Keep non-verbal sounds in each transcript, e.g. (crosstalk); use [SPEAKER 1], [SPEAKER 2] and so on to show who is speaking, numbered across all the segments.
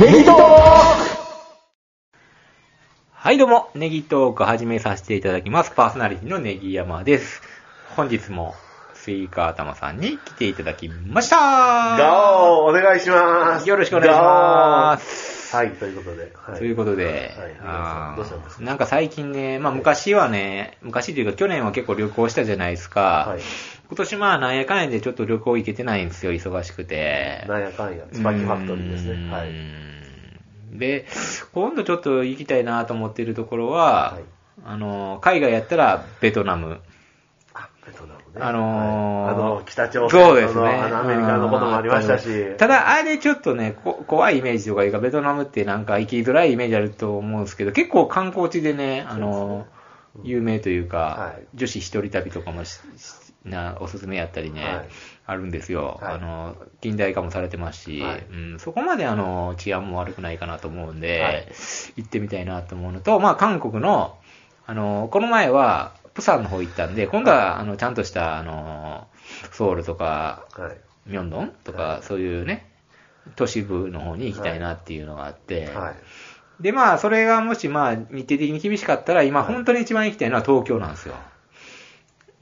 [SPEAKER 1] ネギトー
[SPEAKER 2] はい、どうも、ネギトーク始めさせていただきます。パーソナリティのネギ山です。本日も、スイカ頭さんに来ていただきました
[SPEAKER 1] クお願いします
[SPEAKER 2] よろしくお願いします。
[SPEAKER 1] ガオはい、ということで。は
[SPEAKER 2] ということで、
[SPEAKER 1] はいはい
[SPEAKER 2] あー
[SPEAKER 1] どうしたんですか
[SPEAKER 2] なんか最近ね、まあ昔はね、昔というか去年は結構旅行したじゃないですか。
[SPEAKER 1] はい。
[SPEAKER 2] 今年まあなんやかんやでちょっと旅行行けてないんですよ、忙しくて。
[SPEAKER 1] なんやかんや、スパイファクトリーです
[SPEAKER 2] うー
[SPEAKER 1] ね。
[SPEAKER 2] ん
[SPEAKER 1] はい。
[SPEAKER 2] で、今度ちょっと行きたいなと思っているところは、
[SPEAKER 1] はい
[SPEAKER 2] あの、海外やったらベトナム。
[SPEAKER 1] あ、ベトナムね。
[SPEAKER 2] あのー
[SPEAKER 1] はいあの、北朝鮮
[SPEAKER 2] そ
[SPEAKER 1] の
[SPEAKER 2] うですね。
[SPEAKER 1] あのアメリカのこともありましたし。
[SPEAKER 2] うんただ、あれちょっとね、こ怖いイメージとかいうか、ベトナムってなんか行きづらいイメージあると思うんですけど、結構観光地でね、あの、有名というか、
[SPEAKER 1] はい
[SPEAKER 2] 女子一人旅とかもししなおすすめやったりね、
[SPEAKER 1] はい
[SPEAKER 2] あるんですよ、
[SPEAKER 1] はい
[SPEAKER 2] あの、近代化もされてますし、
[SPEAKER 1] はい
[SPEAKER 2] うん、そこまであの治安も悪くないかなと思うんで、
[SPEAKER 1] はい
[SPEAKER 2] 行ってみたいなと思うのと、まあ、韓国の、あの、この前は、プサンの方行ったんで、今度は、あの、ちゃんとした、あの、ソウルとか、
[SPEAKER 1] はい。
[SPEAKER 2] ミョンドンと
[SPEAKER 1] は
[SPEAKER 2] か、そういうね、都市部の方に行きたいなっていうのがあって、
[SPEAKER 1] はい。
[SPEAKER 2] で、まあ、それがもし、まあ、日程的に厳しかったら、今、
[SPEAKER 1] はい
[SPEAKER 2] 本当に一番行きたいのは東京なんですよ。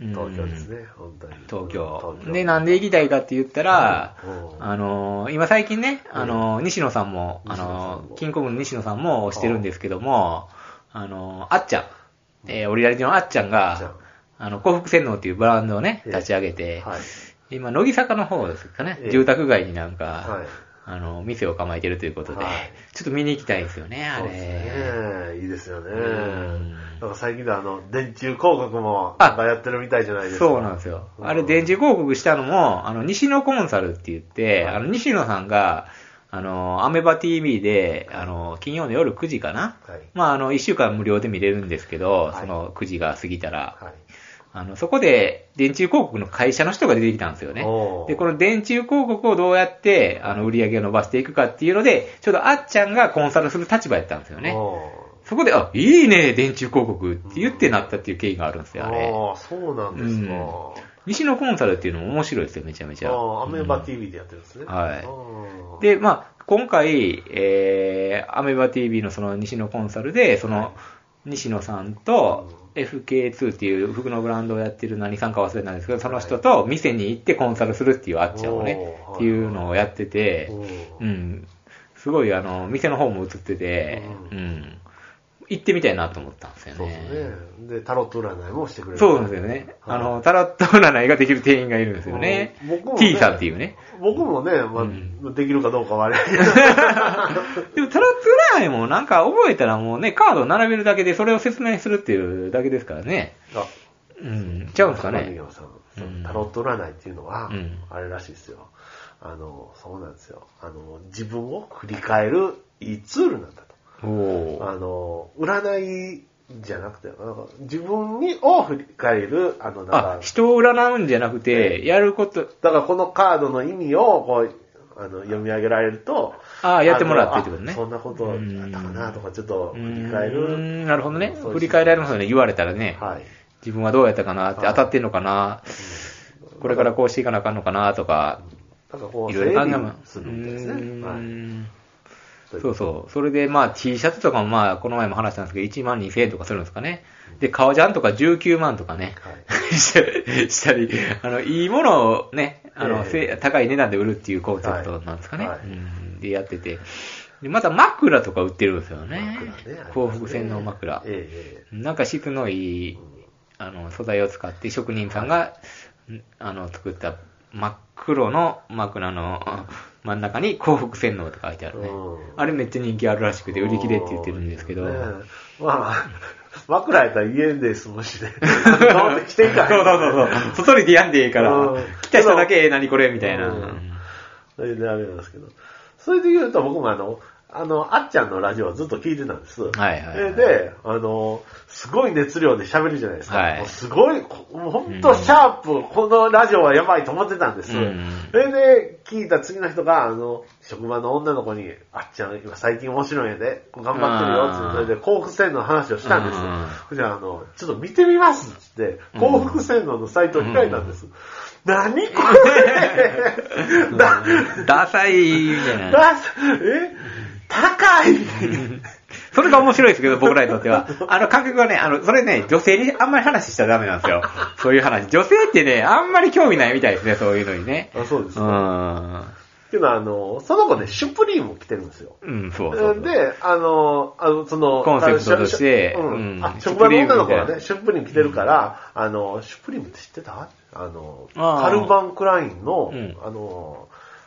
[SPEAKER 2] うん
[SPEAKER 1] 東京です。ね、本当に。
[SPEAKER 2] 東京。
[SPEAKER 1] 東京
[SPEAKER 2] で、なんで行きたいかって言ったら、
[SPEAKER 1] うん
[SPEAKER 2] あのー今最近ね、あのー西野さんも、あ
[SPEAKER 1] 西野
[SPEAKER 2] の
[SPEAKER 1] さんも
[SPEAKER 2] ーキングコングの西野さんも推してるんですけども、あのーあっちゃん、えーオリラリティのあっちゃん
[SPEAKER 1] あっちゃん
[SPEAKER 2] が、あの、幸福洗脳っていうブランドをね、
[SPEAKER 1] ええ
[SPEAKER 2] 立ち上げて、
[SPEAKER 1] はい。
[SPEAKER 2] 今、乃木坂の方ですかね、
[SPEAKER 1] ええ
[SPEAKER 2] 住宅街になんか、
[SPEAKER 1] はい。
[SPEAKER 2] あの、店を構えてるということで、
[SPEAKER 1] はい
[SPEAKER 2] ちょっと見に行きたいんですよね、あ
[SPEAKER 1] そう
[SPEAKER 2] れ。
[SPEAKER 1] ですね。いいですよね。
[SPEAKER 2] ん
[SPEAKER 1] なんか最近のあの、電柱広告も、
[SPEAKER 2] あ
[SPEAKER 1] なんかやってるみたいじゃないですか。
[SPEAKER 2] そうなんですよ。
[SPEAKER 1] うん
[SPEAKER 2] あれ、電磁広告したのも、あの、西野コンサルって言って、あの、西野さんが、あの、アメバ TV で、あの、金曜の夜9時かな。
[SPEAKER 1] はい。
[SPEAKER 2] まあ、あの、1週間無料で見れるんですけど、
[SPEAKER 1] はい
[SPEAKER 2] その9時が過ぎたら、
[SPEAKER 1] はい。
[SPEAKER 2] あの、そこで、電柱広告の会社の人が出てきたんですよね
[SPEAKER 1] おー。
[SPEAKER 2] で、この電柱広告をどうやって、あの、売り上げを伸ばしていくかっていうので、ちょうどあっちゃんがコンサルする立場やったんですよね。
[SPEAKER 1] お
[SPEAKER 2] そこで、あ、いいね、電柱広告って言ってなったっていう経緯があるんです
[SPEAKER 1] ー
[SPEAKER 2] よ、あれ。
[SPEAKER 1] あー、そうなんですか。
[SPEAKER 2] うん西野コンサルっていうのも面白いですよ、めちゃめちゃ。
[SPEAKER 1] ああ、アメバ
[SPEAKER 2] うん
[SPEAKER 1] TV でやってるんですね。
[SPEAKER 2] はい
[SPEAKER 1] あー、
[SPEAKER 2] で、まあ、今回、えー、アメバ TV のその西野コンサルで、そ
[SPEAKER 1] はい
[SPEAKER 2] の、西野さんと、FK2 っていう服のブランドをやってる何さんか忘れたんですけど、その人と店に行ってコンサルするっていうあっちゃんをね
[SPEAKER 1] おー、
[SPEAKER 2] っていうのをやってて、
[SPEAKER 1] お
[SPEAKER 2] う
[SPEAKER 1] ー
[SPEAKER 2] ん、すごいあの、店の方も映ってて、
[SPEAKER 1] う
[SPEAKER 2] うん、行ってみたいなと思ったんですよ
[SPEAKER 1] そうですね。で、タロット占いもしてくれる。
[SPEAKER 2] そうなんですよね。
[SPEAKER 1] はい
[SPEAKER 2] あの、タロット占いができる店員がいるんですよね
[SPEAKER 1] うん僕も。ね
[SPEAKER 2] T さんっていうね。
[SPEAKER 1] 僕もね、まあ
[SPEAKER 2] うん
[SPEAKER 1] できるかどうかはあれ。
[SPEAKER 2] でもタロット占いもなんか覚えたらもうね、カードを並べるだけでそれを説明するっていうだけですからね。
[SPEAKER 1] あ
[SPEAKER 2] うん、 (laughs) ちゃうんですか
[SPEAKER 1] ネギ
[SPEAKER 2] ね。
[SPEAKER 1] 山さんそう
[SPEAKER 2] うん
[SPEAKER 1] タロット占いっていうのは
[SPEAKER 2] うん、
[SPEAKER 1] あれらしいですよ。あの、そうなんですよ。あの、自分を振り返るいいツールなんだと。
[SPEAKER 2] おおー。
[SPEAKER 1] あの、占いじゃなくて、なんか自分にを振り返る、あの、なん
[SPEAKER 2] あ
[SPEAKER 1] か、、
[SPEAKER 2] 人を占うんじゃなくて、やること、
[SPEAKER 1] だからこのカードの意味をこうあの読み上げられると、
[SPEAKER 2] ああやってもらってってこと
[SPEAKER 1] あ
[SPEAKER 2] ね
[SPEAKER 1] そんなことあったかなとか、ちょっと
[SPEAKER 2] う
[SPEAKER 1] 振り返
[SPEAKER 2] ー
[SPEAKER 1] る。
[SPEAKER 2] んなるほどね。
[SPEAKER 1] そうです
[SPEAKER 2] 振り返られますよね、言われたらね。
[SPEAKER 1] はい。
[SPEAKER 2] 自分はどうやったかなって、
[SPEAKER 1] はい
[SPEAKER 2] 当たってんのかな、これからこうしていかなあかんのかなとか、
[SPEAKER 1] なんかこう、
[SPEAKER 2] い
[SPEAKER 1] 整
[SPEAKER 2] ろいろ考えま
[SPEAKER 1] 理するみたいです
[SPEAKER 2] う
[SPEAKER 1] ね。
[SPEAKER 2] ー
[SPEAKER 1] はい
[SPEAKER 2] ん
[SPEAKER 1] とい
[SPEAKER 2] そうそう。それで、まあ、T シャツとかも、まあ、この前も話したんですけど、1万2000円とかするんですかね。で、革ジャンとか19万とかね、
[SPEAKER 1] はい
[SPEAKER 2] した (laughs) したり、あの、いいものをね、あの、
[SPEAKER 1] ええ
[SPEAKER 2] せ高い値段で売るっていうコンセプトなんですかね。
[SPEAKER 1] はいはい
[SPEAKER 2] うんで、やってて。で、また枕とか売ってるんですよね。
[SPEAKER 1] 枕ね
[SPEAKER 2] 幸福洗脳枕。
[SPEAKER 1] えええ
[SPEAKER 2] なんか質のいい、あの、素材を使って職人さんが、んあの、作った真っ黒の枕の (laughs) 真ん中に幸福洗脳って書いてあるね
[SPEAKER 1] うん。
[SPEAKER 2] あれめっちゃ人気あるらしくて、
[SPEAKER 1] え
[SPEAKER 2] 売り切れって言ってるんですけど。
[SPEAKER 1] ねえまあ、枕やったら家で過ごし
[SPEAKER 2] (laughs)
[SPEAKER 1] で、どうせ着ていか
[SPEAKER 2] そうそうそうそう。外に出やんでいいから
[SPEAKER 1] うん、
[SPEAKER 2] 来た人だけ、え何これみたいな。
[SPEAKER 1] うん
[SPEAKER 2] うん
[SPEAKER 1] それであれなんですけど。それで言うと僕もあの、あの、あっちゃんのラジオをずっと聞いてたんです。
[SPEAKER 2] はいはいはい
[SPEAKER 1] で、あの、すごい熱量で喋るじゃないですか。
[SPEAKER 2] はい
[SPEAKER 1] もうすごい、こもう本当シャープ、このラジオはやばいと思ってたんです。
[SPEAKER 2] うん
[SPEAKER 1] それで、聞いた次の人が、あの、職場の女の子に、あっちゃん、今最近面白いんやで、頑張ってるよって、
[SPEAKER 2] あー
[SPEAKER 1] それで、幸福洗脳の話をしたんです
[SPEAKER 2] うんうんうん。
[SPEAKER 1] じゃあ、あの、ちょっと見てみますっつって、幸福洗脳のサイトを開いたんです。何これだ
[SPEAKER 2] (laughs) ダサい、みたいな。
[SPEAKER 1] だえ高いみたいな。
[SPEAKER 2] それが面白いですけど、僕らにとって
[SPEAKER 1] (laughs)
[SPEAKER 2] は。あの感覚はね、あの、それね、女性にあんまり話しちゃダメなんですよ。そういう話。女性ってね、あんまり興味ないみたいですね、そういうのにね。
[SPEAKER 1] あそうです
[SPEAKER 2] う
[SPEAKER 1] ね
[SPEAKER 2] ん。
[SPEAKER 1] っていうのは、あの、その子ね、シュプリームを着てるんですよ。
[SPEAKER 2] うん、そうそうそう。
[SPEAKER 1] で、あの、あのその、
[SPEAKER 2] コンセプトとして
[SPEAKER 1] あのしょしょうん
[SPEAKER 2] うん
[SPEAKER 1] あ職場の女の子が
[SPEAKER 2] シュプリームみたいな
[SPEAKER 1] ね、シュプリーム着てるから、あの、シュプリームって知ってたあの、
[SPEAKER 2] あー
[SPEAKER 1] カルバン・クラインの、
[SPEAKER 2] うん
[SPEAKER 1] あの、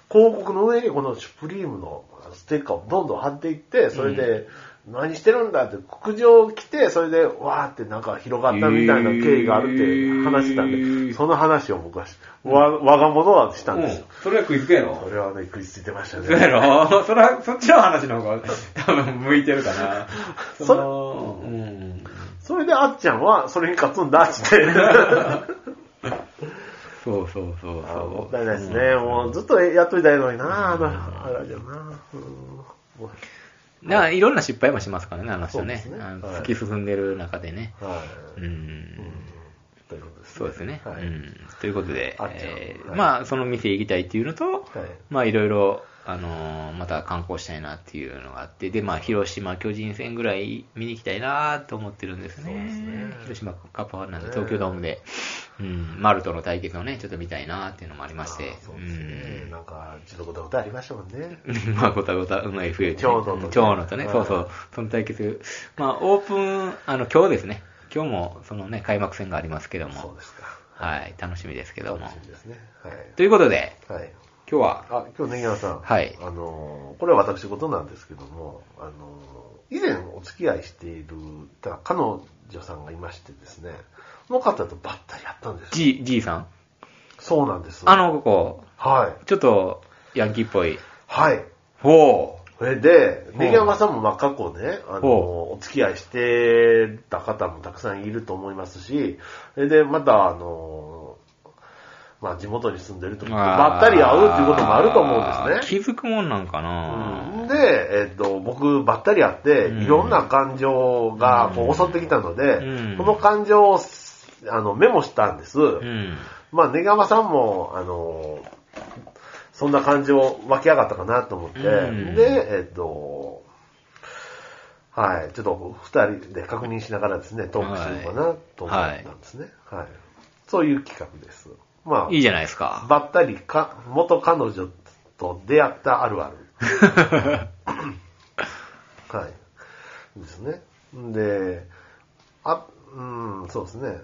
[SPEAKER 1] 広告の上にこのシュプリームのあのステッカーをどんどん貼っていって、それで、何してるんだって、国上を着て、それで、わーってなんか広がったみたいな経緯があるって話してたんで、
[SPEAKER 2] えー
[SPEAKER 1] その話を僕はし、わ、我が物はしたんですよ。
[SPEAKER 2] それは食いつけやろ
[SPEAKER 1] そ。れはね、食いついてました
[SPEAKER 2] そや
[SPEAKER 1] ね。
[SPEAKER 2] ろ (laughs) それは、そっちの話の方が多分向いてるかな。
[SPEAKER 1] そ
[SPEAKER 2] のうん。
[SPEAKER 1] それであっちゃんは、それに勝つんだっ
[SPEAKER 2] (laughs)
[SPEAKER 1] つって。
[SPEAKER 2] そうそうそう
[SPEAKER 1] あ
[SPEAKER 2] そう。
[SPEAKER 1] もったいないですね。もうずっとやっといたらいいのにな、あの、あれだよな。うんも
[SPEAKER 2] な、いろんな失敗もしますからね、あの人ね。
[SPEAKER 1] そうですね
[SPEAKER 2] あの
[SPEAKER 1] はい
[SPEAKER 2] 突き進んでる中でね。
[SPEAKER 1] うは
[SPEAKER 2] う
[SPEAKER 1] い。うん
[SPEAKER 2] ん。
[SPEAKER 1] ということです
[SPEAKER 2] そうですね。
[SPEAKER 1] は
[SPEAKER 2] う
[SPEAKER 1] い。
[SPEAKER 2] ん。ということで、
[SPEAKER 1] あっちゃん
[SPEAKER 2] えー
[SPEAKER 1] はい
[SPEAKER 2] まあ、その店行きたいっていうのと、
[SPEAKER 1] はい
[SPEAKER 2] まあ、いろいろ、あのーまた観光したいなっていうのがあって、で、まあ、広島、巨人戦ぐらい見に行きたいなと思ってるんですね。
[SPEAKER 1] そうですね
[SPEAKER 2] 広島カップファンなんで、東京ドームで、うん、丸との対決をね、ちょっと見たいなっていうのもありまして
[SPEAKER 1] あ、そうですね。なんか、ちょっとごたごたありましたもんね。
[SPEAKER 2] うん (laughs) まあ、ごたごた、うまい冬
[SPEAKER 1] ちょうどとね
[SPEAKER 2] ちょうどとね、
[SPEAKER 1] はい
[SPEAKER 2] そうそう。その対決、まあ、オープン、あの、今日ですね。今日も、そのね、開幕戦がありますけど
[SPEAKER 1] そう
[SPEAKER 2] も
[SPEAKER 1] で、すか。
[SPEAKER 2] はい、楽しみですけども
[SPEAKER 1] 楽。しみですね。
[SPEAKER 2] ということで、
[SPEAKER 1] はい。はい。
[SPEAKER 2] 今日は、
[SPEAKER 1] あ、今日ね、山さん。
[SPEAKER 2] はい
[SPEAKER 1] あの、これは私事なんですけども、あの、以前お付き合いしている彼女さんがいましてですね、その方とばったりやったんですよ。
[SPEAKER 2] じ、じいさん
[SPEAKER 1] そうなんです。
[SPEAKER 2] あ、の、ここ、
[SPEAKER 1] はい。
[SPEAKER 2] ちょっと、ヤンキーっぽい。
[SPEAKER 1] はい。
[SPEAKER 2] ほ
[SPEAKER 1] それで、
[SPEAKER 2] ほう
[SPEAKER 1] ネギヤマさんもまあ過去ね、あ
[SPEAKER 2] ほ
[SPEAKER 1] の、お付き合いしてた方もたくさんいると思いますし、それで、また、あの、まあ地元に住んでると
[SPEAKER 2] う。
[SPEAKER 1] ばったり会うっていうこともあると思うんですね。
[SPEAKER 2] 気づくもんなんか
[SPEAKER 1] う
[SPEAKER 2] なん
[SPEAKER 1] で、えっと、僕、ばったり会って、
[SPEAKER 2] うん
[SPEAKER 1] いろんな感情がこう襲ってきたので、
[SPEAKER 2] うん
[SPEAKER 1] この感情をあのメモしたんです。
[SPEAKER 2] うん。
[SPEAKER 1] まあ、ネガマさんも、あの、そんな感情湧き上がったかなと思って、
[SPEAKER 2] うん
[SPEAKER 1] で、えっと、はい、ちょっと二人で確認しながらですね、トークしようかなと思ったんですね。はい。そういう企画です。まあ、
[SPEAKER 2] いいじゃないですか。
[SPEAKER 1] ばったりか、元彼女と出会ったある
[SPEAKER 2] (laughs)
[SPEAKER 1] ある。はい。ですね。で、あ、うん、そうですね。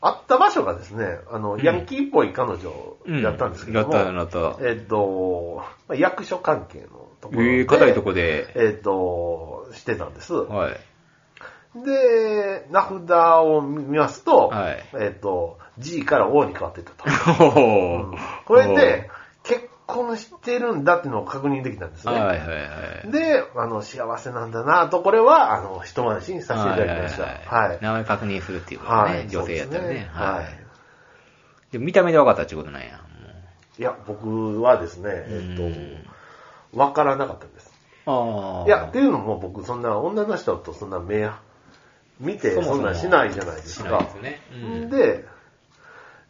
[SPEAKER 1] 会った場所がですね、あの、
[SPEAKER 2] ん
[SPEAKER 1] ヤンキーっぽい彼女
[SPEAKER 2] うん。
[SPEAKER 1] だったんですけども、
[SPEAKER 2] やった、やった。
[SPEAKER 1] えっと、まあ役所関係のところで、
[SPEAKER 2] えー、硬いとこで、
[SPEAKER 1] えっと、してたんです。 (laughs)
[SPEAKER 2] はい。
[SPEAKER 1] で、名札を見ますと、
[SPEAKER 2] はい
[SPEAKER 1] えっと、G から O に変わってたと。
[SPEAKER 2] (laughs) ほう
[SPEAKER 1] これで、結婚してるんだっていうのを確認できたんですね。
[SPEAKER 2] はいはいはい。
[SPEAKER 1] で、あの、幸せなんだなと、これは、あの、一安心させていただきました。はい。
[SPEAKER 2] 名前確認するっていうことね、
[SPEAKER 1] はい。
[SPEAKER 2] 女性やったら
[SPEAKER 1] そう
[SPEAKER 2] ね。
[SPEAKER 1] です
[SPEAKER 2] は。
[SPEAKER 1] はい
[SPEAKER 2] でも見た目で分かったっていうことなんや。も
[SPEAKER 1] い。いや、僕はですね、
[SPEAKER 2] う
[SPEAKER 1] え
[SPEAKER 2] ん
[SPEAKER 1] っと、わからなかったんです。
[SPEAKER 2] うああ。
[SPEAKER 1] いや、っていうのも僕、そんな女の人とそんな目、見て、
[SPEAKER 2] そもそも
[SPEAKER 1] そんなんしないじゃないです
[SPEAKER 2] し
[SPEAKER 1] か。
[SPEAKER 2] ないですね。うん、
[SPEAKER 1] で、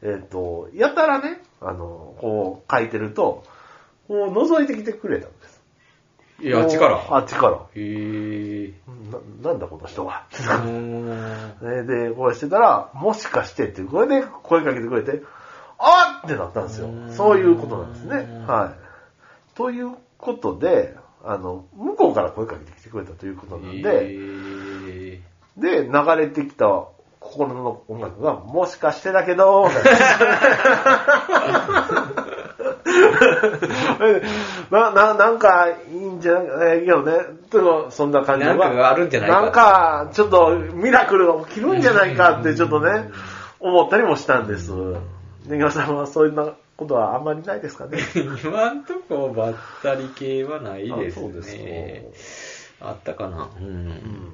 [SPEAKER 1] えっ、と、やたらね、あの、こう書いてると、こう覗いてきてくれたんです。
[SPEAKER 2] いや、あっちから。
[SPEAKER 1] あっちから。
[SPEAKER 2] へえ。
[SPEAKER 1] な、なんだこの人は。
[SPEAKER 2] うん
[SPEAKER 1] で、でこれしてたら、もしかしてっていう声で声かけてくれて、あっってなったんですよ
[SPEAKER 2] うー。ん
[SPEAKER 1] そういうことなんですね。はい。ということで、あの、向こうから声かけてきてくれたということなん
[SPEAKER 2] へ
[SPEAKER 1] で、
[SPEAKER 2] ー
[SPEAKER 1] で、流れてきた心の音楽が、もしかしてだけど、
[SPEAKER 2] (laughs)
[SPEAKER 1] な、な、なんか、いいんじゃないけどね、とそんな感じが。
[SPEAKER 2] なんかあるんじゃないか
[SPEAKER 1] なんか、ちょっと、ミラクルが起きるんじゃないかって、ちょっとね、思ったりもしたんです。ねぎまさんは、そういうなことはあんまりないですかね。
[SPEAKER 2] 今んとこばったり系はないです
[SPEAKER 1] あそうです
[SPEAKER 2] ね
[SPEAKER 1] ね。
[SPEAKER 2] あったかな。うん。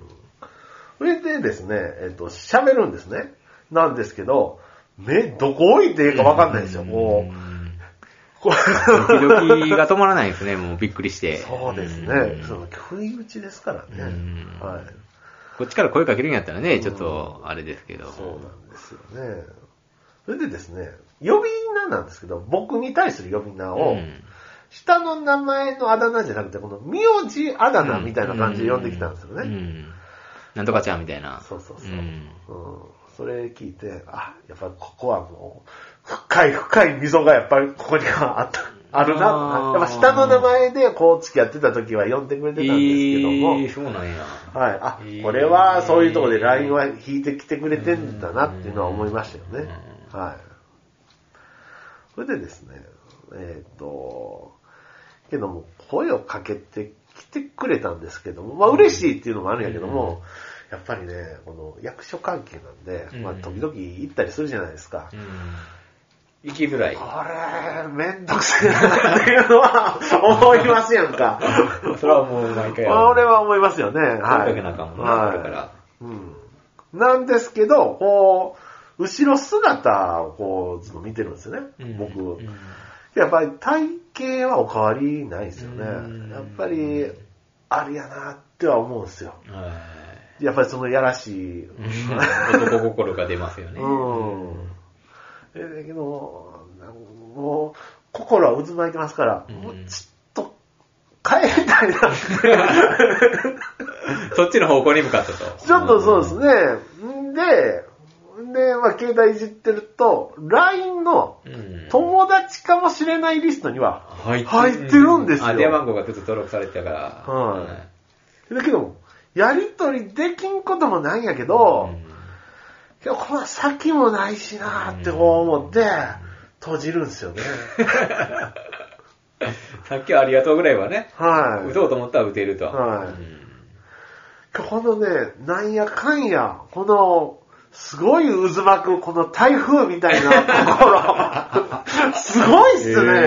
[SPEAKER 1] それでですね、えっと、喋るんですね。なんですけど、目、どこ置いていいかわかんないんですよ、もう。
[SPEAKER 2] ん
[SPEAKER 1] これ
[SPEAKER 2] ドキドキが止まらないですね、もうびっくりして。
[SPEAKER 1] (laughs) そうです
[SPEAKER 2] う
[SPEAKER 1] ね。
[SPEAKER 2] ん
[SPEAKER 1] その、不意打ちですからね
[SPEAKER 2] うん。
[SPEAKER 1] はい。
[SPEAKER 2] こっちから声かけるんやったらね、ちょっと、あれですけど。
[SPEAKER 1] そうなんですよね。それでですね、呼び名なんですけど、僕に対する呼び名を、
[SPEAKER 2] うん
[SPEAKER 1] 下の名前のあだ名じゃなくて、この名字あだ名みたいな感じで呼んできたんですよ
[SPEAKER 2] う
[SPEAKER 1] ね。
[SPEAKER 2] ん。なんとかちゃんみたいな。
[SPEAKER 1] そうそうそう。うんん。それ聞いて、あ、やっぱりここはもう、深い深い溝がやっぱりここにはあった、ある
[SPEAKER 2] あ
[SPEAKER 1] な。
[SPEAKER 2] ー
[SPEAKER 1] やっぱ下の名前でこう付き合ってた時は呼んでくれてたんですけども、
[SPEAKER 2] えーそうなんや。
[SPEAKER 1] はい。あ
[SPEAKER 2] えー、
[SPEAKER 1] これはそういうところで LINE は引いてきてくれてんだなっていうのは思いましたよね。はい。それでですね、えっ、と、けども、声をかけてきてくれたんですけども、まあ嬉しいっていうのもあるんやけども、やっぱりね、この役所関係なんで、まあ
[SPEAKER 2] うん
[SPEAKER 1] 時々行ったりするじゃないですか。
[SPEAKER 2] うん。行きづらい。
[SPEAKER 1] これ、めんどくせえなっていうのは (laughs) 思いますや
[SPEAKER 2] (laughs)
[SPEAKER 1] んか。
[SPEAKER 2] それはもう毎回やる。
[SPEAKER 1] 俺は思いますよね。はい。
[SPEAKER 2] 追いかけなあかんもんなこれから
[SPEAKER 1] うん。なんですけど、こう、後ろ姿をこう、ずっと見てるんですよね。
[SPEAKER 2] うん
[SPEAKER 1] 僕、
[SPEAKER 2] うん
[SPEAKER 1] やっぱり体型はお変わりないですよね。
[SPEAKER 2] うん
[SPEAKER 1] やっぱり、あれやなっては思うんですよ。
[SPEAKER 2] は
[SPEAKER 1] やっぱりそのやらしい。
[SPEAKER 2] い。男心が出ますよね。
[SPEAKER 1] うん。えだけど、なんもう、心は渦巻いてますから、
[SPEAKER 2] うん
[SPEAKER 1] もうちょっと、帰りたいな。
[SPEAKER 2] (laughs) そっちの方向に向かったと。
[SPEAKER 1] ちょっとそうですね。んで、んで、まあ、携帯いじってると、LINE の
[SPEAKER 2] うん。
[SPEAKER 1] 友達かもしれないリストには、
[SPEAKER 2] 入っ
[SPEAKER 1] 入ってるんですよ
[SPEAKER 2] あ、電話番号がずっと登録されてたから。
[SPEAKER 1] はいだけども、やりとりできんこともないんやけど、けどこの先もないしなーってこう思って、閉じるんですよね。
[SPEAKER 2] (laughs) うん (laughs) さっきはありがとうぐらいはね、
[SPEAKER 1] はい。
[SPEAKER 2] 打とうと思ったら打てると。
[SPEAKER 1] はい
[SPEAKER 2] うん
[SPEAKER 1] このね、なんやかんや、この、すごい渦巻く、この台風みたいな心。
[SPEAKER 2] (laughs)
[SPEAKER 1] すごいっすね。
[SPEAKER 2] へ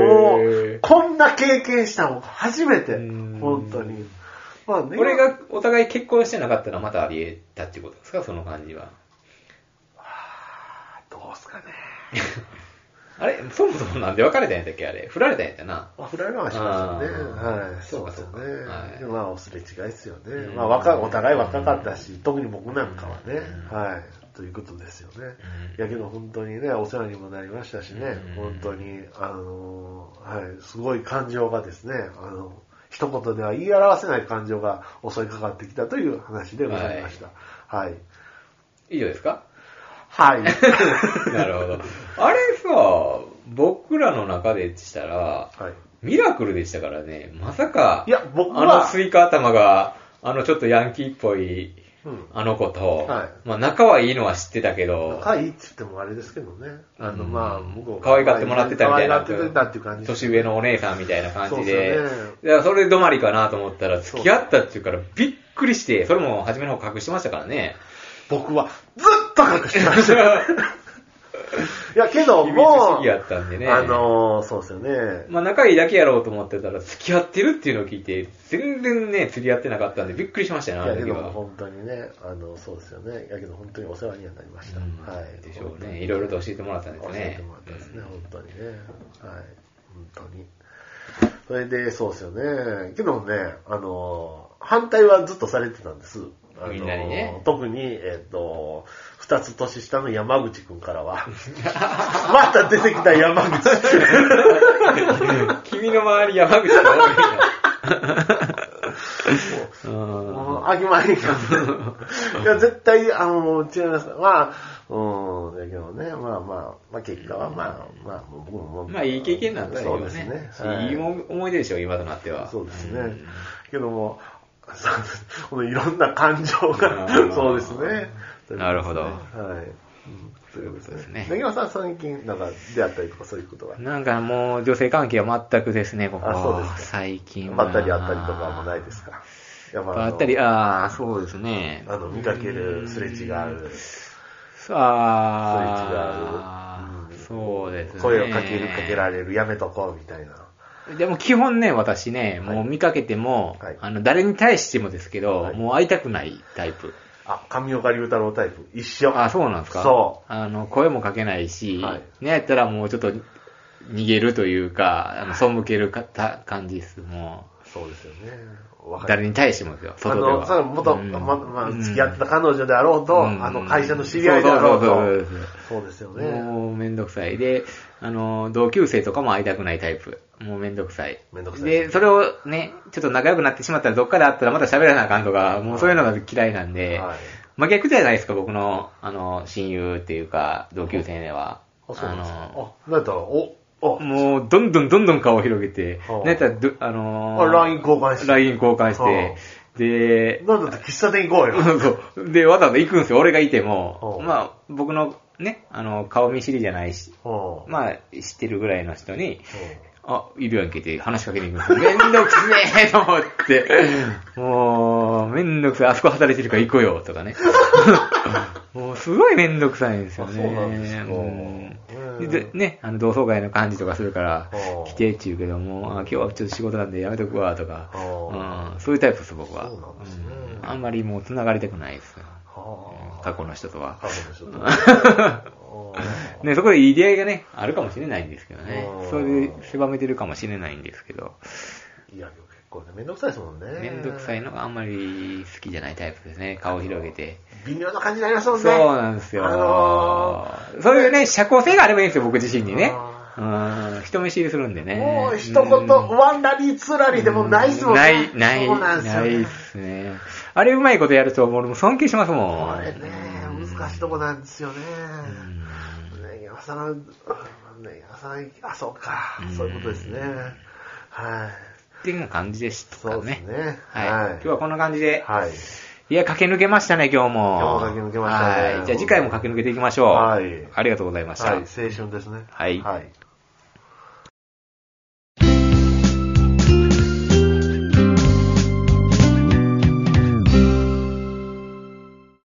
[SPEAKER 2] ー
[SPEAKER 1] もう、こんな経験したの初めて
[SPEAKER 2] うん。
[SPEAKER 1] 本当に。まあね。
[SPEAKER 2] これがお互い結婚してなかったらまたあり得たってことですか、その感じは。
[SPEAKER 1] どうすかね。
[SPEAKER 2] あれそもそもなんで別れたんやったっけあれ。振られたんやったな。
[SPEAKER 1] まあ、振られましたよね。
[SPEAKER 2] あー
[SPEAKER 1] はい。
[SPEAKER 2] そうか
[SPEAKER 1] ですよね
[SPEAKER 2] そうかはい。
[SPEAKER 1] でまあ、おすれ違いっすよね
[SPEAKER 2] う。ん
[SPEAKER 1] まあ、若、お互い若かったし、特に僕なんかはね
[SPEAKER 2] う。ん
[SPEAKER 1] はい。ということですよね。
[SPEAKER 2] う
[SPEAKER 1] や
[SPEAKER 2] ん
[SPEAKER 1] けど本当にね、お世話にもなりましたしね、
[SPEAKER 2] うん
[SPEAKER 1] 本当に、あのーはい、すごい感情がですね、あの、一言では言い表せない感情が襲いかかってきたという話でございました。はい。
[SPEAKER 2] 以上です
[SPEAKER 1] (laughs)
[SPEAKER 2] か (laughs)
[SPEAKER 1] はい。
[SPEAKER 2] なるほど。あれさ、僕らの中でしたら、
[SPEAKER 1] はい、
[SPEAKER 2] ミラクルでしたからね、まさか、
[SPEAKER 1] いや僕は
[SPEAKER 2] あのスイカ頭が、あのちょっとヤンキーっぽい、
[SPEAKER 1] うん。
[SPEAKER 2] あの子と、
[SPEAKER 1] はい
[SPEAKER 2] まあ仲はいいのは知ってたけど、
[SPEAKER 1] 仲いいって言ってもあれですけどね。あの、
[SPEAKER 2] うん
[SPEAKER 1] まあ、僕を
[SPEAKER 2] 可愛がってもらってたみたいな。
[SPEAKER 1] 可愛がってたっていう感じです
[SPEAKER 2] 年上のお姉さんみたいな感じで。
[SPEAKER 1] そうっすよね
[SPEAKER 2] いやそれで止まりかなと思ったら、付き合ったっていうからびっくりして、それも初めの方隠してましたから
[SPEAKER 1] (laughs)
[SPEAKER 2] ね。
[SPEAKER 1] 僕はずっと隠してました。いや、けど
[SPEAKER 2] 秘密主
[SPEAKER 1] も
[SPEAKER 2] 義やったんで
[SPEAKER 1] う、
[SPEAKER 2] ね。
[SPEAKER 1] あのーそうですよね。
[SPEAKER 2] まあ仲いいだけやろうと思ってたら、付き合ってるっていうのを聞いて、全然ね、釣り合ってなかったんでびっくりしましたね、あ
[SPEAKER 1] いや
[SPEAKER 2] の
[SPEAKER 1] け
[SPEAKER 2] 時
[SPEAKER 1] ど
[SPEAKER 2] は。
[SPEAKER 1] 本当にね、あの、そうですよね。やけど本当にお世話にはなりました。
[SPEAKER 2] うん
[SPEAKER 1] はい。
[SPEAKER 2] でしょうね。いろいろと教えてもらったんです
[SPEAKER 1] 教
[SPEAKER 2] ね。
[SPEAKER 1] えてもらったんですね、本当にね。はい。本当に。それで、そうですよね。けどもね、あの、反対はずっとされてたんです。あの
[SPEAKER 2] みんなにね
[SPEAKER 1] 特に、えっ、と、二つ年下の山口くんからは、 (laughs) また出てきた山口。
[SPEAKER 2] (laughs) 君の周り山口が多いなうん
[SPEAKER 1] (laughs) もう、あきまりが。
[SPEAKER 2] (laughs)
[SPEAKER 1] いや、絶対、あの、違います。まあ、うん、だけどね、まあまあ、まあ結果はまあ、まあ、僕も
[SPEAKER 2] まあいい経験になった
[SPEAKER 1] そ
[SPEAKER 2] よ
[SPEAKER 1] う
[SPEAKER 2] ね。
[SPEAKER 1] ですね。
[SPEAKER 2] いい思い出でしょ、今となっては。
[SPEAKER 1] そうですね。
[SPEAKER 2] ん
[SPEAKER 1] けども、 (laughs) そうこのいろんな感情が
[SPEAKER 2] う、ん
[SPEAKER 1] そうですね。
[SPEAKER 2] なるほど
[SPEAKER 1] はい。
[SPEAKER 2] ということですね
[SPEAKER 1] 根際さん、最近、なんか、出会ったりとか、そういうことは。
[SPEAKER 2] なんかもう女性関係は全くですね、ここ。
[SPEAKER 1] あそうですか
[SPEAKER 2] 最近は。
[SPEAKER 1] ばったり会ったりとかもないですか。やまあ
[SPEAKER 2] ばったり、ああ、そうですね。
[SPEAKER 1] あの、見かけるすれ違う。
[SPEAKER 2] ああ、そうですね。
[SPEAKER 1] 声をかける、かけられる、やめとこう、みたいな。
[SPEAKER 2] でも基本ね、私ね、
[SPEAKER 1] はい
[SPEAKER 2] もう見かけても、
[SPEAKER 1] はい
[SPEAKER 2] あの、誰に対してもですけど、
[SPEAKER 1] はい
[SPEAKER 2] もう会いたくないタイプ。
[SPEAKER 1] あ、神岡龍太郎タイプ。一緒。
[SPEAKER 2] あ、そうなんですか。
[SPEAKER 1] そう
[SPEAKER 2] あの、声もかけないし、
[SPEAKER 1] はい
[SPEAKER 2] ね、やったらもうちょっと逃げるというか、あの、背けるかた感じです、も
[SPEAKER 1] そうですよね。わかる。
[SPEAKER 2] 誰に対してもですよ、
[SPEAKER 1] あ
[SPEAKER 2] 外では。
[SPEAKER 1] の、それは
[SPEAKER 2] う
[SPEAKER 1] 元、
[SPEAKER 2] ん
[SPEAKER 1] ま、ま、付き合ってた彼女であろうと、
[SPEAKER 2] うん
[SPEAKER 1] あの、会社の知り合いであろう
[SPEAKER 2] そうそう
[SPEAKER 1] と。
[SPEAKER 2] そうそう
[SPEAKER 1] そうですよね。
[SPEAKER 2] もうめんどくさい。で、あの、同級生とかも会いたくないタイプ。もうめんどくさい。
[SPEAKER 1] めんどくさい
[SPEAKER 2] で、それをね、ちょっと仲良くなってしまったらどっかで会ったらまた喋らなあかんとか、もうそういうのが嫌いなんで、
[SPEAKER 1] はい
[SPEAKER 2] 真逆じゃないですか、僕の、あの、親友っていうか、同級生では。
[SPEAKER 1] あ、そうなんですか。
[SPEAKER 2] の、
[SPEAKER 1] あ、なんやったら、お、お、
[SPEAKER 2] もう、どんどんどんどん顔を広げて
[SPEAKER 1] は、あ
[SPEAKER 2] なんやったらど、あの
[SPEAKER 1] あ LINE 交換して
[SPEAKER 2] LINE 交換し
[SPEAKER 1] は
[SPEAKER 2] て、で、 (laughs)
[SPEAKER 1] なんだって喫茶店行こうよ。
[SPEAKER 2] そう。で、わざわざ行くんですよ、俺がいても
[SPEAKER 1] う。ん
[SPEAKER 2] まあ、僕のね、あの、顔見知りじゃないし、
[SPEAKER 1] うん
[SPEAKER 2] まあ、知ってるぐらいの人に、
[SPEAKER 1] う
[SPEAKER 2] あ、いるやんけって話しかけに行くんです (laughs) よ。めんどくせえと思って、もう、めんどくさい、あそこ働いてるから行こうよ、とかね。 (laughs) もう、すごいめんどくさいんですよね。
[SPEAKER 1] あそうなんですか
[SPEAKER 2] うん
[SPEAKER 1] へえ
[SPEAKER 2] でね、あの、同窓会の感じとかするから
[SPEAKER 1] う、ん
[SPEAKER 2] 来てって言うけども、あ今日はちょっと仕事なんでやめとくわ、とか
[SPEAKER 1] う、
[SPEAKER 2] うんそういうタイプです、僕は。
[SPEAKER 1] そうなんですね
[SPEAKER 2] うんあんまりもう繋がりたくないです。
[SPEAKER 1] はあ
[SPEAKER 2] 過去の人とは。
[SPEAKER 1] 過去の人とうん
[SPEAKER 2] ね、そこでいい出会いがね、あるかもしれないんですけどね
[SPEAKER 1] う。ん
[SPEAKER 2] それで狭めてるかもしれないんですけど、
[SPEAKER 1] いや、結構ね、めんどくさいですもんね。
[SPEAKER 2] めんどくさいのがあんまり好きじゃないタイプですね。顔を広げて。
[SPEAKER 1] 微妙な感じになりますも
[SPEAKER 2] そ
[SPEAKER 1] ん
[SPEAKER 2] う
[SPEAKER 1] ね。
[SPEAKER 2] なんですよ。
[SPEAKER 1] あの
[SPEAKER 2] そういうね、社交性があればいいんですよ、僕自身にね。
[SPEAKER 1] あ
[SPEAKER 2] うん、人見知りするんでね。
[SPEAKER 1] もう一言、
[SPEAKER 2] うん
[SPEAKER 1] ワンラリー、ツーラリーでもないですもんね。
[SPEAKER 2] ない、ない、
[SPEAKER 1] そうなんです
[SPEAKER 2] な
[SPEAKER 1] よね、
[SPEAKER 2] いですね。あれうまいことやると、もう俺も尊敬しますもん。
[SPEAKER 1] これね、難しいとこなんですよね。ね、今さら、ね、今さら、あ、そうか、そういうことですね。はい。
[SPEAKER 2] っていう感じでした
[SPEAKER 1] そうです
[SPEAKER 2] ね。
[SPEAKER 1] ね。
[SPEAKER 2] はい、今日はこんな感じで。
[SPEAKER 1] はい。
[SPEAKER 2] いや、駆け抜けましたね、今日も。
[SPEAKER 1] 今日も駆け抜けましたね
[SPEAKER 2] はい。じゃあ次回も駆け抜けていきましょう。
[SPEAKER 1] はい
[SPEAKER 2] ありがとうございました。
[SPEAKER 1] はい、青春ですね。
[SPEAKER 2] はい
[SPEAKER 1] はい